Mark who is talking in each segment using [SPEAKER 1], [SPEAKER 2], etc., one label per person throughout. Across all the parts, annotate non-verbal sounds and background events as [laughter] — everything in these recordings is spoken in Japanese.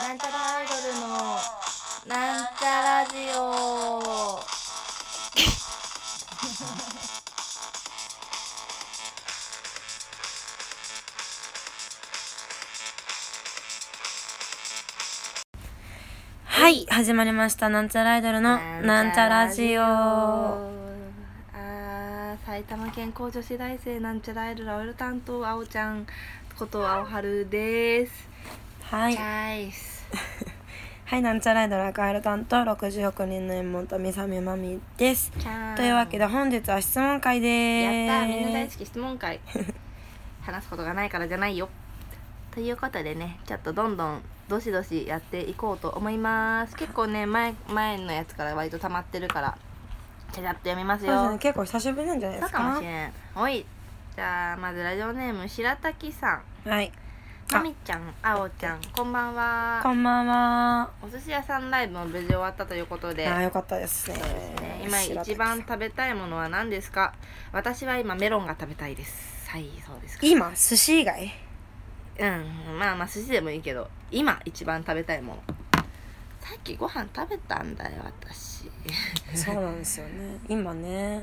[SPEAKER 1] なんちゃらアイドルのなんちゃラジオ
[SPEAKER 2] はい、始まりました。なんちゃらアイドルのなんちゃらジオ。
[SPEAKER 1] あー埼玉県高女子大生なんちゃらアイドルアイル担当あおちゃんことあおはるです
[SPEAKER 2] はい
[SPEAKER 1] チ、ャイス
[SPEAKER 2] はい、なんちゃらアイドル赤ヘル担当六十億人の縁元みさみまみです。
[SPEAKER 1] チャイ
[SPEAKER 2] というわけで本日は質問会で
[SPEAKER 1] やっ
[SPEAKER 2] ーす。
[SPEAKER 1] たみんな大好き質問会話すことがないからじゃないよということでねちょっとどんどんどしどしやっていこうと思います結構ね前前のやつから割と溜まってるからちゃちゃっと読みます
[SPEAKER 2] そうですね
[SPEAKER 1] よ
[SPEAKER 2] 結構久しぶりなんじゃない
[SPEAKER 1] そ
[SPEAKER 2] で
[SPEAKER 1] う
[SPEAKER 2] す
[SPEAKER 1] かも
[SPEAKER 2] か
[SPEAKER 1] し。れんおいじゃあまずラジオネーム白滝さん
[SPEAKER 2] はい、あ
[SPEAKER 1] まみちゃんあおちゃんこんばん
[SPEAKER 2] こ
[SPEAKER 1] は
[SPEAKER 2] んばんは。
[SPEAKER 1] お寿司屋さんライブも無事終わったということ
[SPEAKER 2] あ
[SPEAKER 1] で
[SPEAKER 2] ー、よかったですね
[SPEAKER 1] そうですね。今一番食べたいものは何ですか私は今メロンが食べたいですはいそうですか
[SPEAKER 2] 今寿司以外。
[SPEAKER 1] うんまあまあ寿司でもいいけど今一番食べたいものさっきご飯食べたんだよ私
[SPEAKER 2] そうなんですよ
[SPEAKER 1] [laughs]
[SPEAKER 2] ね。今ね。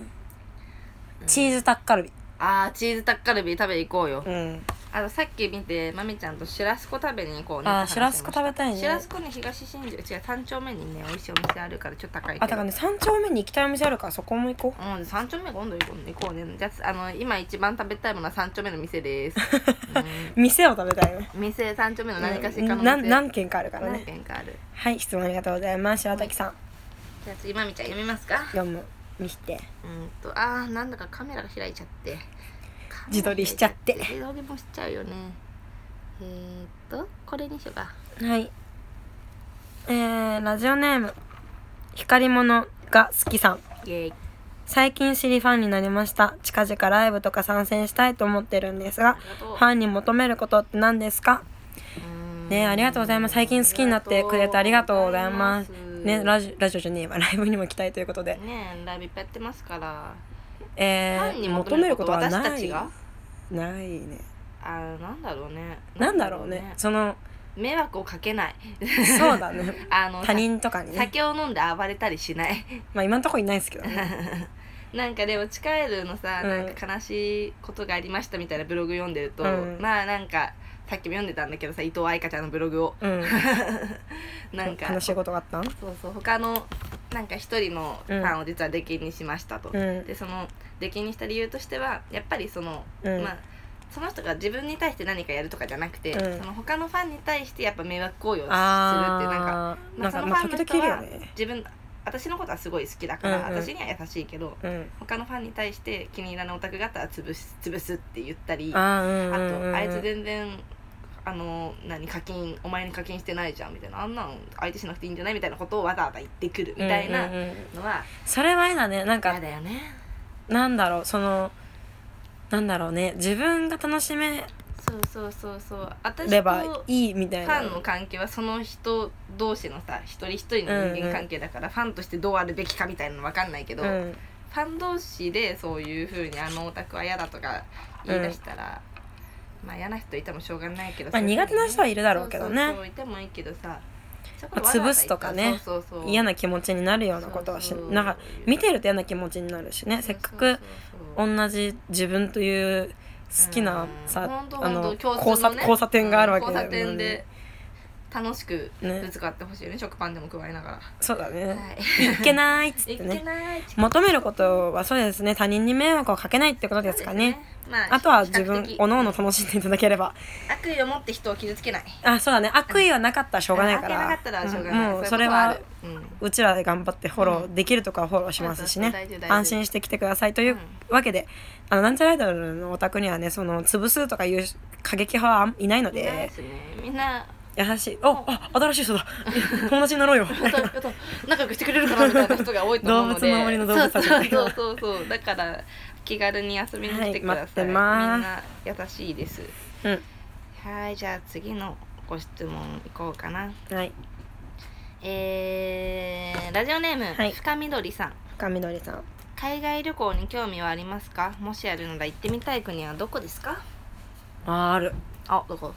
[SPEAKER 2] チーズタッカルビ。
[SPEAKER 1] あーチーズタッカルビ食べに行こうよ、
[SPEAKER 2] うん。
[SPEAKER 1] あとさっき見てまみちゃんとシュラスコ食べに行こうね
[SPEAKER 2] あー
[SPEAKER 1] って話し
[SPEAKER 2] シュラスコ
[SPEAKER 1] てまし
[SPEAKER 2] 食べたいね
[SPEAKER 1] シュラスコね東新宿違う3丁目にね美味しいお店あるからちょっと高いけど
[SPEAKER 2] あ、だからね、三丁目に行きたいお店あるから、そこも行こう。
[SPEAKER 1] うん、3丁目今度行こうね行こうねじゃああの今一番食べたいものは3丁目の店
[SPEAKER 2] [laughs]
[SPEAKER 1] です、
[SPEAKER 2] 店を食べたいよね。
[SPEAKER 1] うん、店3丁目の何かしらの
[SPEAKER 2] な
[SPEAKER 1] 店
[SPEAKER 2] 何件かあるから
[SPEAKER 1] 何
[SPEAKER 2] ね
[SPEAKER 1] 軒かある
[SPEAKER 2] はい質問ありがとうございます白滝さん
[SPEAKER 1] じゃあ次まみちゃん読みますか
[SPEAKER 2] 読む見して
[SPEAKER 1] うんとあーなんだかカメラが開いちゃって
[SPEAKER 2] 自撮りしちゃって
[SPEAKER 1] カメラ開いちゃって自撮りもしちゃうよねえー、っとこれにしようか
[SPEAKER 2] はいえー、ラジオネーム光り物が好きさん
[SPEAKER 1] イエーイ
[SPEAKER 2] 最近知りファンになりました近々ライブとか参戦したいと思ってるんですが
[SPEAKER 1] ありがとう
[SPEAKER 2] ファンに求めることって何ですかねありがとうございます最近好きになってくれてありがとうございますねラ
[SPEAKER 1] ジ
[SPEAKER 2] ジラジオじゃねえわライブにも来たいということで
[SPEAKER 1] ねライブいっぱいやってますから、
[SPEAKER 2] え
[SPEAKER 1] ファン
[SPEAKER 2] ー、
[SPEAKER 1] に
[SPEAKER 2] 求めることはない
[SPEAKER 1] 私たちが
[SPEAKER 2] ないね
[SPEAKER 1] あーなんだろうね
[SPEAKER 2] なんだろうねそ
[SPEAKER 1] [laughs]
[SPEAKER 2] の
[SPEAKER 1] 迷惑をかけない
[SPEAKER 2] そうだね
[SPEAKER 1] [laughs] あの
[SPEAKER 2] 他人とかに
[SPEAKER 1] さ
[SPEAKER 2] ね
[SPEAKER 1] 酒を飲んで暴れたりしない [laughs]
[SPEAKER 2] まあ今のところいないですけどね
[SPEAKER 1] なんかでもチカエルのさ、
[SPEAKER 2] うん
[SPEAKER 1] なんか悲しいことがありましたみたいなブログ読んでると、
[SPEAKER 2] うん
[SPEAKER 1] まあなんかさっきも読んでたんだけどさ伊藤愛香ちゃんのブログを
[SPEAKER 2] うん
[SPEAKER 1] なんか
[SPEAKER 2] 悲しいことがあったん
[SPEAKER 1] そうそう他のなんか一人のファンを実は出禁にしましたと、
[SPEAKER 2] うん
[SPEAKER 1] でその出禁にした理由としてはやっぱりその、
[SPEAKER 2] うん
[SPEAKER 1] まあその人が自分に対して何かやるとかじゃなくて、
[SPEAKER 2] うん
[SPEAKER 1] その他のファンに対してやっぱ迷惑行為をするってなんか
[SPEAKER 2] あー
[SPEAKER 1] ま
[SPEAKER 2] な
[SPEAKER 1] あ、
[SPEAKER 2] ん
[SPEAKER 1] そ
[SPEAKER 2] か
[SPEAKER 1] のフ
[SPEAKER 2] まあ
[SPEAKER 1] ァ
[SPEAKER 2] 時
[SPEAKER 1] ンの
[SPEAKER 2] 々
[SPEAKER 1] 人
[SPEAKER 2] いるよ
[SPEAKER 1] は
[SPEAKER 2] ね
[SPEAKER 1] 自分私のことはすごい好きだから、
[SPEAKER 2] うんうん
[SPEAKER 1] 私には優しいけど
[SPEAKER 2] うん
[SPEAKER 1] 他のファンに対して気に入らないオタクがあったら潰す潰すって言ったり
[SPEAKER 2] あ
[SPEAKER 1] あ
[SPEAKER 2] ーうんうんうん
[SPEAKER 1] とあいつ全然あの何課金お前に課金してないじゃんみたいなあんなん相手しなくていいんじゃないみたいなことをわざわざ言ってくるみたいな
[SPEAKER 2] うんうんうん
[SPEAKER 1] のは
[SPEAKER 2] それは嫌だねなん
[SPEAKER 1] 嫌
[SPEAKER 2] か
[SPEAKER 1] だよね
[SPEAKER 2] なんだろうそのなんだろうね自分が楽しめ
[SPEAKER 1] そうそうそうそう私
[SPEAKER 2] れ
[SPEAKER 1] とフ
[SPEAKER 2] ばいいみたいな
[SPEAKER 1] ァンの関係はその人同士のさ一人一人の人間関係だから、ファンとしてどうあるべきかみたいなの分かんないけど、
[SPEAKER 2] うん
[SPEAKER 1] ファン同士でそういうふうにあのオタクは嫌だとか言い出したら、まあ嫌な人いてもしょうがないけど、
[SPEAKER 2] まあ
[SPEAKER 1] そういうふう
[SPEAKER 2] 苦
[SPEAKER 1] に
[SPEAKER 2] 手な人はいるだろうけどね
[SPEAKER 1] そうそうそういてもいいけどさちょっと
[SPEAKER 2] まあ潰すとかね
[SPEAKER 1] そうそうそう
[SPEAKER 2] 嫌な気持ちになるようなことはし
[SPEAKER 1] そうそう
[SPEAKER 2] なんか見てると嫌な気持ちになるしねせっか
[SPEAKER 1] そう
[SPEAKER 2] く
[SPEAKER 1] そうそう
[SPEAKER 2] 同じ自分という好きな
[SPEAKER 1] うん
[SPEAKER 2] さ
[SPEAKER 1] ほんと
[SPEAKER 2] あ
[SPEAKER 1] ほ
[SPEAKER 2] の
[SPEAKER 1] んと共通
[SPEAKER 2] 交差
[SPEAKER 1] ね
[SPEAKER 2] 交差点があるわけ
[SPEAKER 1] うん
[SPEAKER 2] だよ
[SPEAKER 1] 交差点
[SPEAKER 2] ね
[SPEAKER 1] で楽しく
[SPEAKER 2] ね
[SPEAKER 1] ぶつかってほしいよね食パンでも加えなが
[SPEAKER 2] そうだ
[SPEAKER 1] ら、
[SPEAKER 2] ね
[SPEAKER 1] はい [laughs]
[SPEAKER 2] いけないっつって
[SPEAKER 1] いけ
[SPEAKER 2] ね
[SPEAKER 1] ない
[SPEAKER 2] 求めることはそうですね他人に迷惑をかけないってことですかね
[SPEAKER 1] ま
[SPEAKER 2] あとは自
[SPEAKER 1] 比
[SPEAKER 2] 分
[SPEAKER 1] 較的
[SPEAKER 2] おのおの楽しんでいただければ
[SPEAKER 1] 悪意を持って人を傷つけない
[SPEAKER 2] あそうだね悪意はなかったらしょうがないか
[SPEAKER 1] あ
[SPEAKER 2] ら
[SPEAKER 1] 開けなかったらしょうがな
[SPEAKER 2] う
[SPEAKER 1] い
[SPEAKER 2] んもう
[SPEAKER 1] いこと
[SPEAKER 2] それは
[SPEAKER 1] あるうん
[SPEAKER 2] うちらで頑張ってフォローできるとかはフォローしますし
[SPEAKER 1] うん
[SPEAKER 2] ね
[SPEAKER 1] そうそうそう大丈夫大丈夫
[SPEAKER 2] 安心して来てくださいというわけであのなんちゃらアイドルのお宅にはねその潰すとかいう過激派はあんいないの
[SPEAKER 1] いない
[SPEAKER 2] で
[SPEAKER 1] ですねみんな
[SPEAKER 2] 優しいおあ新しい人だ [laughs] 友達になろうよ
[SPEAKER 1] やっとやっと仲良くしてくれるかなみたいな人が多い
[SPEAKER 2] [laughs]
[SPEAKER 1] と思うの
[SPEAKER 2] 動
[SPEAKER 1] で
[SPEAKER 2] 物の森の動物たちみたいな
[SPEAKER 1] そうそうそうそうだから気軽に遊びに来てくださ
[SPEAKER 2] は
[SPEAKER 1] い、
[SPEAKER 2] い
[SPEAKER 1] みんな優しいです
[SPEAKER 2] うん
[SPEAKER 1] はいじゃあ次のご質問いこうかな
[SPEAKER 2] [laughs] はい
[SPEAKER 1] えー、ラジオネーム、
[SPEAKER 2] はい
[SPEAKER 1] 深緑さん
[SPEAKER 2] 深緑さん
[SPEAKER 1] 海外旅行に興味はありますかもしあるなら行ってみたい国はどこですか
[SPEAKER 2] あーある
[SPEAKER 1] あどこ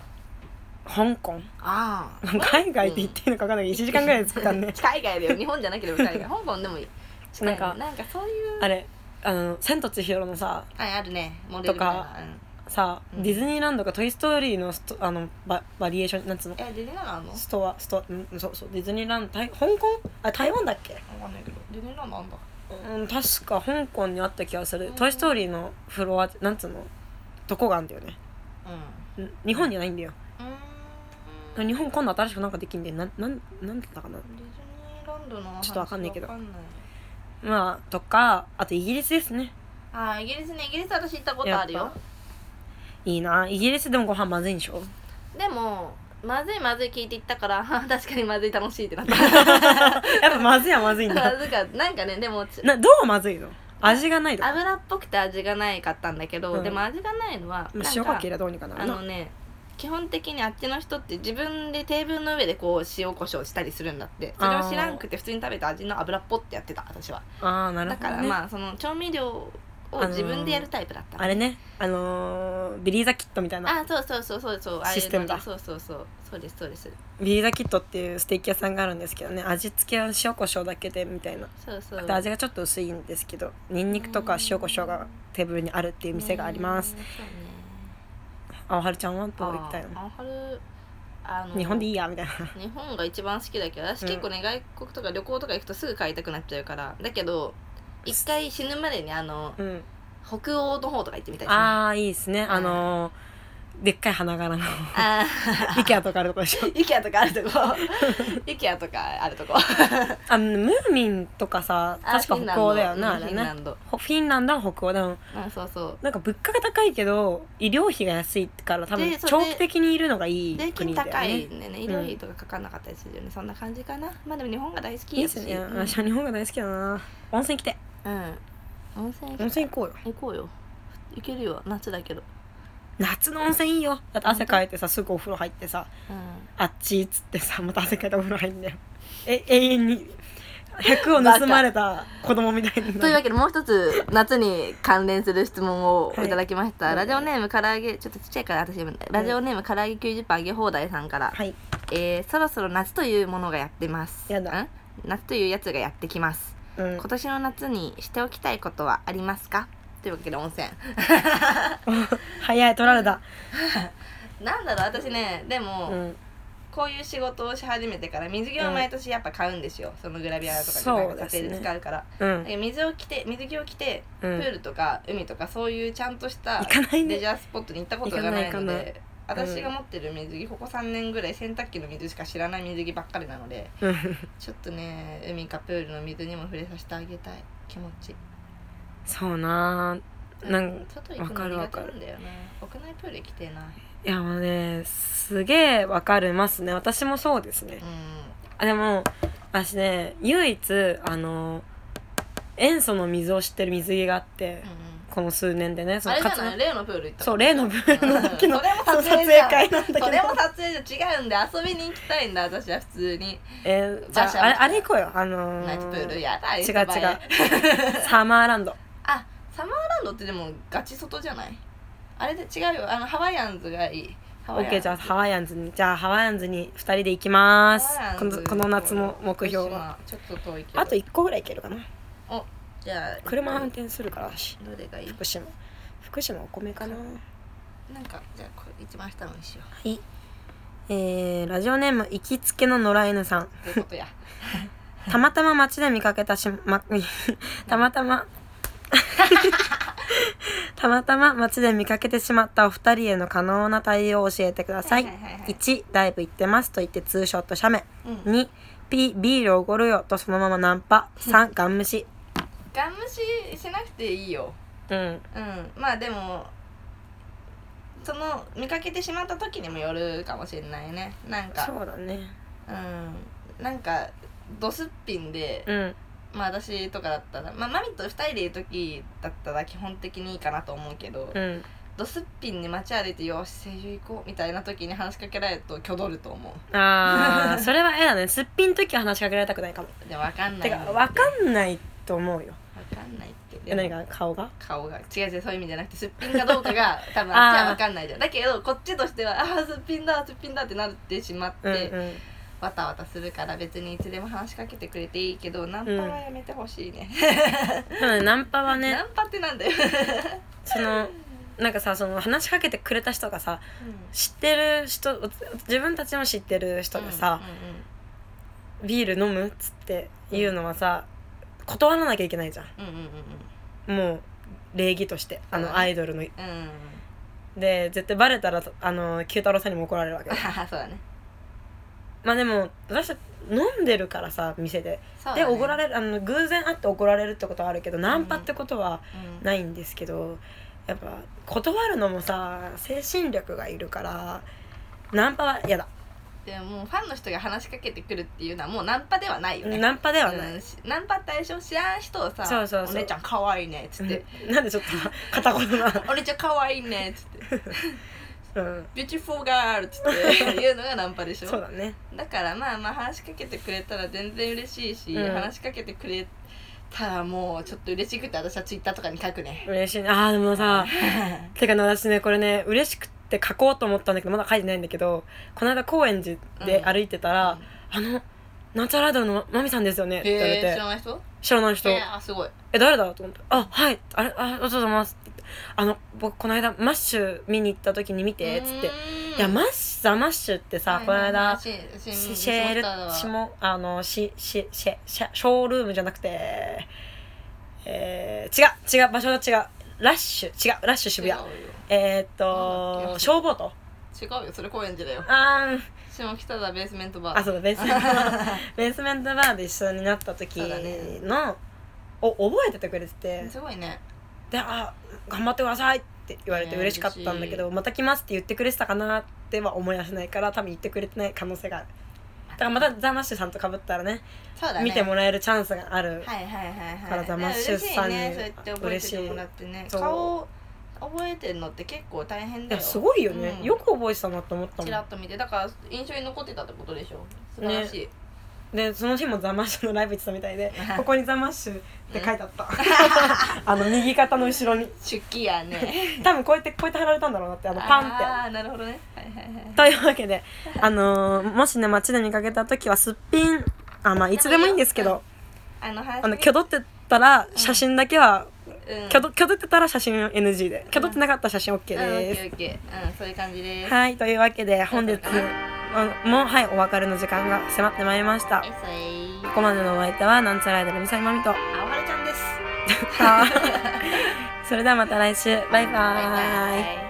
[SPEAKER 2] 香港 [laughs]
[SPEAKER 1] ああ
[SPEAKER 2] 海外で行っていいのか分かんないけど1時間ぐらいで着くから
[SPEAKER 1] [laughs]
[SPEAKER 2] ね
[SPEAKER 1] 海外だよ日本じゃなければ
[SPEAKER 2] [laughs]
[SPEAKER 1] 海外香港でもいい
[SPEAKER 2] なんか
[SPEAKER 1] なんかそうい
[SPEAKER 2] [laughs]
[SPEAKER 1] う
[SPEAKER 2] あれあの「千と千尋」のさ
[SPEAKER 1] はいあるねモデルみたいな
[SPEAKER 2] とかさ、
[SPEAKER 1] うん
[SPEAKER 2] ディズニーランドが「トイ・ストーリーのスト」あのババリエーションなんつうの
[SPEAKER 1] うん、えディズニーランドあんの
[SPEAKER 2] ストアストアうんそうそうディズニーランド台香港あ台湾だっけ
[SPEAKER 1] わかんないけどディズニーランドあんだ
[SPEAKER 2] うん確か香港にあった気がする
[SPEAKER 1] う
[SPEAKER 2] 「
[SPEAKER 1] ん
[SPEAKER 2] トイ・ストーリー」のフロアなんつうのどこがあんだよね
[SPEAKER 1] うん
[SPEAKER 2] 日本にはないんだよ
[SPEAKER 1] んうーん
[SPEAKER 2] 日本今度新しくなんかできんでなんなんなんだったかな
[SPEAKER 1] ディズニーランドの話
[SPEAKER 2] ちょっとわかんないけど
[SPEAKER 1] わかんない
[SPEAKER 2] まあとかあとイギリスですね
[SPEAKER 1] あーイギリスねイギリス私行ったことある
[SPEAKER 2] や
[SPEAKER 1] よ
[SPEAKER 2] っいいなイギリスでもご飯まずいんでし
[SPEAKER 1] [laughs]
[SPEAKER 2] ょ
[SPEAKER 1] でもまずいまずい聞いて行ったからあ確かにまずい楽しいってなった
[SPEAKER 2] やっぱまずいはまずいん
[SPEAKER 1] [laughs] ま
[SPEAKER 2] だ
[SPEAKER 1] ずかなんかねでもち
[SPEAKER 2] などうまずいの味がないとか
[SPEAKER 1] 油っぽくて味がないかったんだけど、
[SPEAKER 2] うん
[SPEAKER 1] でも味がないのは
[SPEAKER 2] まあ
[SPEAKER 1] なん
[SPEAKER 2] 塩
[SPEAKER 1] か
[SPEAKER 2] かけりゃどうにかな
[SPEAKER 1] あ
[SPEAKER 2] る
[SPEAKER 1] の
[SPEAKER 2] な
[SPEAKER 1] ね基本的にあっちの人って自分でテーブルの上でこう塩コショウしたりするんだってそれを知らんくて普通に食べた味の油っぽってやってた私は
[SPEAKER 2] ああーなる
[SPEAKER 1] だ
[SPEAKER 2] ほど、ね、
[SPEAKER 1] からまあその調味料を自分でやるタイプだった、
[SPEAKER 2] あれねあのービリーザキットみたいな
[SPEAKER 1] あそうそうそうそうそうああいうので
[SPEAKER 2] システムだ
[SPEAKER 1] そうそうそうそうですそうです
[SPEAKER 2] ビリーザキットっていうステーキ屋さんがあるんですけどね味付けは塩コショウだけでみたいな
[SPEAKER 1] そうそう
[SPEAKER 2] あと味がちょっと薄いんですけどニンニクとか塩コショウがテーブルにあるっていう店があります
[SPEAKER 1] うんそうね
[SPEAKER 2] あおはるちゃんはどう行きたい
[SPEAKER 1] あ
[SPEAKER 2] の
[SPEAKER 1] あはるあの
[SPEAKER 2] 日本でいいやみたいな
[SPEAKER 1] 日本が一番好きだけど私結構ね、外国とか旅行とか行くとすぐ買いたくなっちゃうからだけど一回死ぬまでにあの
[SPEAKER 2] うん
[SPEAKER 1] 北欧の方とか行ってみたいですね
[SPEAKER 2] ああいいですねあのーでっかい花
[SPEAKER 1] [laughs]
[SPEAKER 2] 柄の
[SPEAKER 1] あ
[SPEAKER 2] イケアとかあるとこでしょ
[SPEAKER 1] ー [laughs] IKEA とかある
[SPEAKER 2] [laughs]
[SPEAKER 1] とこ IKEA とかあるとこ
[SPEAKER 2] あのムーミンとかさ
[SPEAKER 1] あ
[SPEAKER 2] 確か北欧だよねあ
[SPEAKER 1] フ
[SPEAKER 2] れ
[SPEAKER 1] ィンラ
[SPEAKER 2] ね
[SPEAKER 1] ンド
[SPEAKER 2] ほフィンランドは北欧でも
[SPEAKER 1] うんフィンランドあそうそう
[SPEAKER 2] なんか物価が高いけど医療費が安いから多分
[SPEAKER 1] でそれ
[SPEAKER 2] 長期的にいるのがい
[SPEAKER 1] 税
[SPEAKER 2] い
[SPEAKER 1] 金
[SPEAKER 2] 国だ
[SPEAKER 1] 高
[SPEAKER 2] よ
[SPEAKER 1] い
[SPEAKER 2] ね
[SPEAKER 1] んでね医療費とかかかんなかったりするよね、そんな感じかなまあでも日本が大好
[SPEAKER 2] いい
[SPEAKER 1] き
[SPEAKER 2] で
[SPEAKER 1] やし
[SPEAKER 2] すね
[SPEAKER 1] うん
[SPEAKER 2] 私は日本が大好きだな温泉来て
[SPEAKER 1] うん温泉行き
[SPEAKER 2] 温泉行こうよ
[SPEAKER 1] 行こうよ行けるよ夏だけど
[SPEAKER 2] 夏の温泉いいよだって汗かいてさすぐお風呂入ってさ
[SPEAKER 1] うん
[SPEAKER 2] あっちっつってさまた汗かいてお風呂入んだよえ永遠に100を盗まれた子供みたいに
[SPEAKER 1] [laughs] という
[SPEAKER 2] な
[SPEAKER 1] わ
[SPEAKER 2] る
[SPEAKER 1] けでもう一つ夏に関連する質問を
[SPEAKER 2] はい
[SPEAKER 1] いただきました、
[SPEAKER 2] はい
[SPEAKER 1] ラジオネーム唐揚げちょっとちっちゃいから私読むねラジオネーム唐揚げ90%揚げ放題さんから、
[SPEAKER 2] はい
[SPEAKER 1] えーそろそろ夏というものがやってます
[SPEAKER 2] やだ
[SPEAKER 1] ん夏というやつがやってきます
[SPEAKER 2] うん
[SPEAKER 1] 今年の夏にしておきたいことはありますかというわけで温泉
[SPEAKER 2] 早い取られた
[SPEAKER 1] なんだろう私ねで
[SPEAKER 2] う
[SPEAKER 1] も、
[SPEAKER 2] ん
[SPEAKER 1] こういう仕事をし始めてから水着を毎年やっぱ買うんですよ、そのグラビアとかで
[SPEAKER 2] そう
[SPEAKER 1] なん
[SPEAKER 2] で
[SPEAKER 1] か
[SPEAKER 2] すね
[SPEAKER 1] 家庭で使うから
[SPEAKER 2] うん
[SPEAKER 1] だけど水を着て水着を着て、
[SPEAKER 2] う
[SPEAKER 1] プー
[SPEAKER 2] ん
[SPEAKER 1] ルとか海とかそういうちゃんとした
[SPEAKER 2] 行かない
[SPEAKER 1] レジ
[SPEAKER 2] ね
[SPEAKER 1] ャースポットに行ったことがないの
[SPEAKER 2] 行かない
[SPEAKER 1] で私が持ってる水着ここ3年ぐらい洗濯機の水しか知らない水着ばっかりなので
[SPEAKER 2] うん
[SPEAKER 1] ちょっとね海かプールの水にも触れさせてあげたい気持ち
[SPEAKER 2] そうななん
[SPEAKER 1] 外行くの苦手なんだよね屋内プール行きてえない
[SPEAKER 2] やもうねすげえわかりますね私もそうですね
[SPEAKER 1] う
[SPEAKER 2] あでも私ね唯一あの塩素の水を知ってる水着があって
[SPEAKER 1] ん、うん
[SPEAKER 2] この数年でね
[SPEAKER 1] うん、
[SPEAKER 2] そ
[SPEAKER 1] あ
[SPEAKER 2] の
[SPEAKER 1] れじ
[SPEAKER 2] かつ
[SPEAKER 1] ゃない例のプール行った
[SPEAKER 2] そう例のプールの時の
[SPEAKER 1] うんそれも
[SPEAKER 2] その
[SPEAKER 1] 撮
[SPEAKER 2] 撮影
[SPEAKER 1] 影じゃん
[SPEAKER 2] 会なんだけど
[SPEAKER 1] それも撮影じゃ違うんで遊びに行きたいんだ私は普通に
[SPEAKER 2] えーじゃ
[SPEAKER 1] バシャ
[SPEAKER 2] ああれあ
[SPEAKER 1] バシャ
[SPEAKER 2] れ行こうよあのー
[SPEAKER 1] ナイトプールやだ
[SPEAKER 2] 違う違う
[SPEAKER 1] インスタ映え
[SPEAKER 2] サマーラン
[SPEAKER 1] [laughs]
[SPEAKER 2] ド
[SPEAKER 1] あサマーランドってでもガチ外じゃないあれで違うよあのハワイアンズがいいハ
[SPEAKER 2] オ
[SPEAKER 1] ワイ
[SPEAKER 2] ッ
[SPEAKER 1] アン
[SPEAKER 2] ケー
[SPEAKER 1] ズ
[SPEAKER 2] じゃあハワイアンズにじゃあハワイアンズに2人で行きます
[SPEAKER 1] ハワイア
[SPEAKER 2] こ
[SPEAKER 1] ンズ
[SPEAKER 2] のこの夏の目標は
[SPEAKER 1] ちょっと遠いけど
[SPEAKER 2] あと1個ぐらい行けるかな
[SPEAKER 1] おじゃあ
[SPEAKER 2] 車運転するから私
[SPEAKER 1] どれがいい
[SPEAKER 2] 福島福島お米かな
[SPEAKER 1] なんかじゃあこれ一番下のにしよう
[SPEAKER 2] はいえー、ラジオネーム行きつけの野良犬さん
[SPEAKER 1] とい
[SPEAKER 2] [laughs]
[SPEAKER 1] うことや
[SPEAKER 2] たまたま街で見かけたし、ま、 [laughs] たまたま [laughs] たまたま街で見かけてしまったお二人への可能な対応を教えてください
[SPEAKER 1] はいはいはいはい
[SPEAKER 2] 1ライブ行ってますと言ってツーショット写メ
[SPEAKER 1] うん
[SPEAKER 2] 2ピビールおごるよとそのままナンパ3ガン無視
[SPEAKER 1] ガン無視しなくていいよ
[SPEAKER 2] うん
[SPEAKER 1] うんまあでもその見かけてしまった時にもよるかもしれないねなんか
[SPEAKER 2] そうだね
[SPEAKER 1] うんなんかドスッピンで、
[SPEAKER 2] うん
[SPEAKER 1] まあ私とかだったらまあマミと2人でいる時だったら基本的にいいかなと思うけど、
[SPEAKER 2] うん
[SPEAKER 1] ドスッピンに街歩いて「よし声優行こう」みたいな時に話しかけられると挙動ると思
[SPEAKER 2] あ [laughs] ーそれは嫌だねすっぴん時は話しかけられたくないかも
[SPEAKER 1] うでも分かんな
[SPEAKER 2] て
[SPEAKER 1] い
[SPEAKER 2] か分かんないと思うよ
[SPEAKER 1] 分かんんないって
[SPEAKER 2] え何が顔が
[SPEAKER 1] 顔が違う違うそういう意味じゃなくてすっぴんかどう
[SPEAKER 2] [laughs]
[SPEAKER 1] かが多分
[SPEAKER 2] あー
[SPEAKER 1] あっちは分かんないじゃんだけどこっちとしてはああすっぴんだすっぴんだってなってしまって、
[SPEAKER 2] うんうん
[SPEAKER 1] わたわたするから別にいつでも話しかけてくれていいけどナンパはやめてほしいね、
[SPEAKER 2] でもねナンパはね
[SPEAKER 1] [laughs] ナンパってなん
[SPEAKER 2] [laughs]
[SPEAKER 1] だよ、
[SPEAKER 2] そのなんかさその話しかけてくれた人がさ知ってる人自分たちも知ってる人がさ、
[SPEAKER 1] うんうんうん
[SPEAKER 2] ビール飲むっつって言うのはさ断らなきゃいけないじゃ
[SPEAKER 1] うんうんうん
[SPEAKER 2] んもう礼儀としてあ
[SPEAKER 1] そうだ
[SPEAKER 2] の
[SPEAKER 1] ね
[SPEAKER 2] アイドルの
[SPEAKER 1] うんうん
[SPEAKER 2] で絶対バレたらあの九太郎さんにも怒られるわけ
[SPEAKER 1] あはは [laughs] そうだね
[SPEAKER 2] まあでも私たち飲んでるからさ店で、
[SPEAKER 1] そうだね
[SPEAKER 2] でおごられるあの偶然会って怒られるってことはあるけどナンパってことは
[SPEAKER 1] うん
[SPEAKER 2] ないんですけどやっぱ断るのもさ精神力がいるからナンパは嫌だ
[SPEAKER 1] でももうファンの人が話しかけてくるっていうのはもうナンパではないよね
[SPEAKER 2] ナンパではない、
[SPEAKER 1] うんしナンパ対象知らん人をさ
[SPEAKER 2] そうそうそう
[SPEAKER 1] お姉ちゃん可愛いね」っつって
[SPEAKER 2] なんでちょっと片言な
[SPEAKER 1] 「お姉ちゃん可愛いね」っつ
[SPEAKER 2] [laughs]
[SPEAKER 1] って
[SPEAKER 2] うん
[SPEAKER 1] 「ビューティフォーガール」っ
[SPEAKER 2] [laughs]
[SPEAKER 1] つって言うのがナンパでしょ
[SPEAKER 2] そうだね
[SPEAKER 1] だからまあまあ話しかけてくれたら全然嬉しいし、
[SPEAKER 2] うん
[SPEAKER 1] 話しかけてくれたらもうちょっと嬉しくて私はツイッターとかに書くね
[SPEAKER 2] 嬉しいねあーでも
[SPEAKER 1] [laughs]
[SPEAKER 2] さてかね私ねこれね嬉しくって書こうと思ったんだけどまだ書いてないんだけどこの間高円寺で歩いてたら「あのなんちゃらアイドルのまみさんですよね」って言われ
[SPEAKER 1] へえ知
[SPEAKER 2] て
[SPEAKER 1] らない人
[SPEAKER 2] 知らない人
[SPEAKER 1] えー、すごい
[SPEAKER 2] 「え誰だ?」と思って「あはいあれあありがとうございます」って言ってあの僕この間マッシュ見に行った時に見て」っつって「いやマッシュザマッシュってさこの間
[SPEAKER 1] シ
[SPEAKER 2] シシェールシモあのシシシェシェショールームじゃなくてえー、違う違う場所が違うラッシュ違うラッシュ渋谷えー、っ
[SPEAKER 1] なんだっ
[SPEAKER 2] と
[SPEAKER 1] け
[SPEAKER 2] 消防と
[SPEAKER 1] 違うよそれ高円寺だよ
[SPEAKER 2] あー
[SPEAKER 1] 下北沢ベースメントバー
[SPEAKER 2] あそうだベース
[SPEAKER 1] [laughs]
[SPEAKER 2] メントベースメントバーで一緒になった時
[SPEAKER 1] そうだね
[SPEAKER 2] の、お覚えててくれてて
[SPEAKER 1] すごいね
[SPEAKER 2] で「あ頑張ってください」って言われて
[SPEAKER 1] ね
[SPEAKER 2] 嬉しかったんだけど「また来ます」って言ってくれてたかなっては思い出せないから多分言ってくれてない可能性があるだからまたザ・マッシュさんとかぶったらね
[SPEAKER 1] そうだね
[SPEAKER 2] 見てもらえるチャンスがある、
[SPEAKER 1] はいはいはいはい
[SPEAKER 2] 体まっすぐ
[SPEAKER 1] 嬉
[SPEAKER 2] 出
[SPEAKER 1] しいね
[SPEAKER 2] 産に
[SPEAKER 1] そうやって覚えててもらってね
[SPEAKER 2] 嬉しい
[SPEAKER 1] 顔覚えてんのって結構大変
[SPEAKER 2] い
[SPEAKER 1] だ
[SPEAKER 2] や
[SPEAKER 1] よ
[SPEAKER 2] すごいよね、
[SPEAKER 1] うん
[SPEAKER 2] よく覚えてたなと思った
[SPEAKER 1] ち
[SPEAKER 2] も
[SPEAKER 1] ら
[SPEAKER 2] ん
[SPEAKER 1] っと見てだから印象に残ってたってことでしょ素晴らしい、
[SPEAKER 2] でその日もザ・マッシュのライブ行ってたみたいでここに「ザ・マッシュ」って書いてあった [laughs] あの右肩の後ろ
[SPEAKER 1] [laughs]
[SPEAKER 2] に
[SPEAKER 1] 出来やね
[SPEAKER 2] 多分こうやってこうやって貼られたんだろうなってあの [laughs] パンって
[SPEAKER 1] ああなるほどねはいはいはい
[SPEAKER 2] というわけで、あのーもしね街で見かけた時はすっぴんあまあいつでもいいんですけど
[SPEAKER 1] あの話
[SPEAKER 2] あの挙動ってたら写真だけは
[SPEAKER 1] うん
[SPEAKER 2] 挙動挙動ってたら写真 NG で挙動ってなかったら写真 OK
[SPEAKER 1] うんオッ
[SPEAKER 2] で
[SPEAKER 1] ケ
[SPEAKER 2] す
[SPEAKER 1] ーオッケーうんそういう感じです
[SPEAKER 2] はいというわけで本日あもはいお別れの時間が迫ってまいりました
[SPEAKER 1] え
[SPEAKER 2] こ
[SPEAKER 1] そい
[SPEAKER 2] こまでのお相手はなんちゃらアイドルみさいまみと [laughs]
[SPEAKER 1] あわれちゃんです
[SPEAKER 2] それではまた来週バイバ
[SPEAKER 1] バ
[SPEAKER 2] イ
[SPEAKER 1] イバイ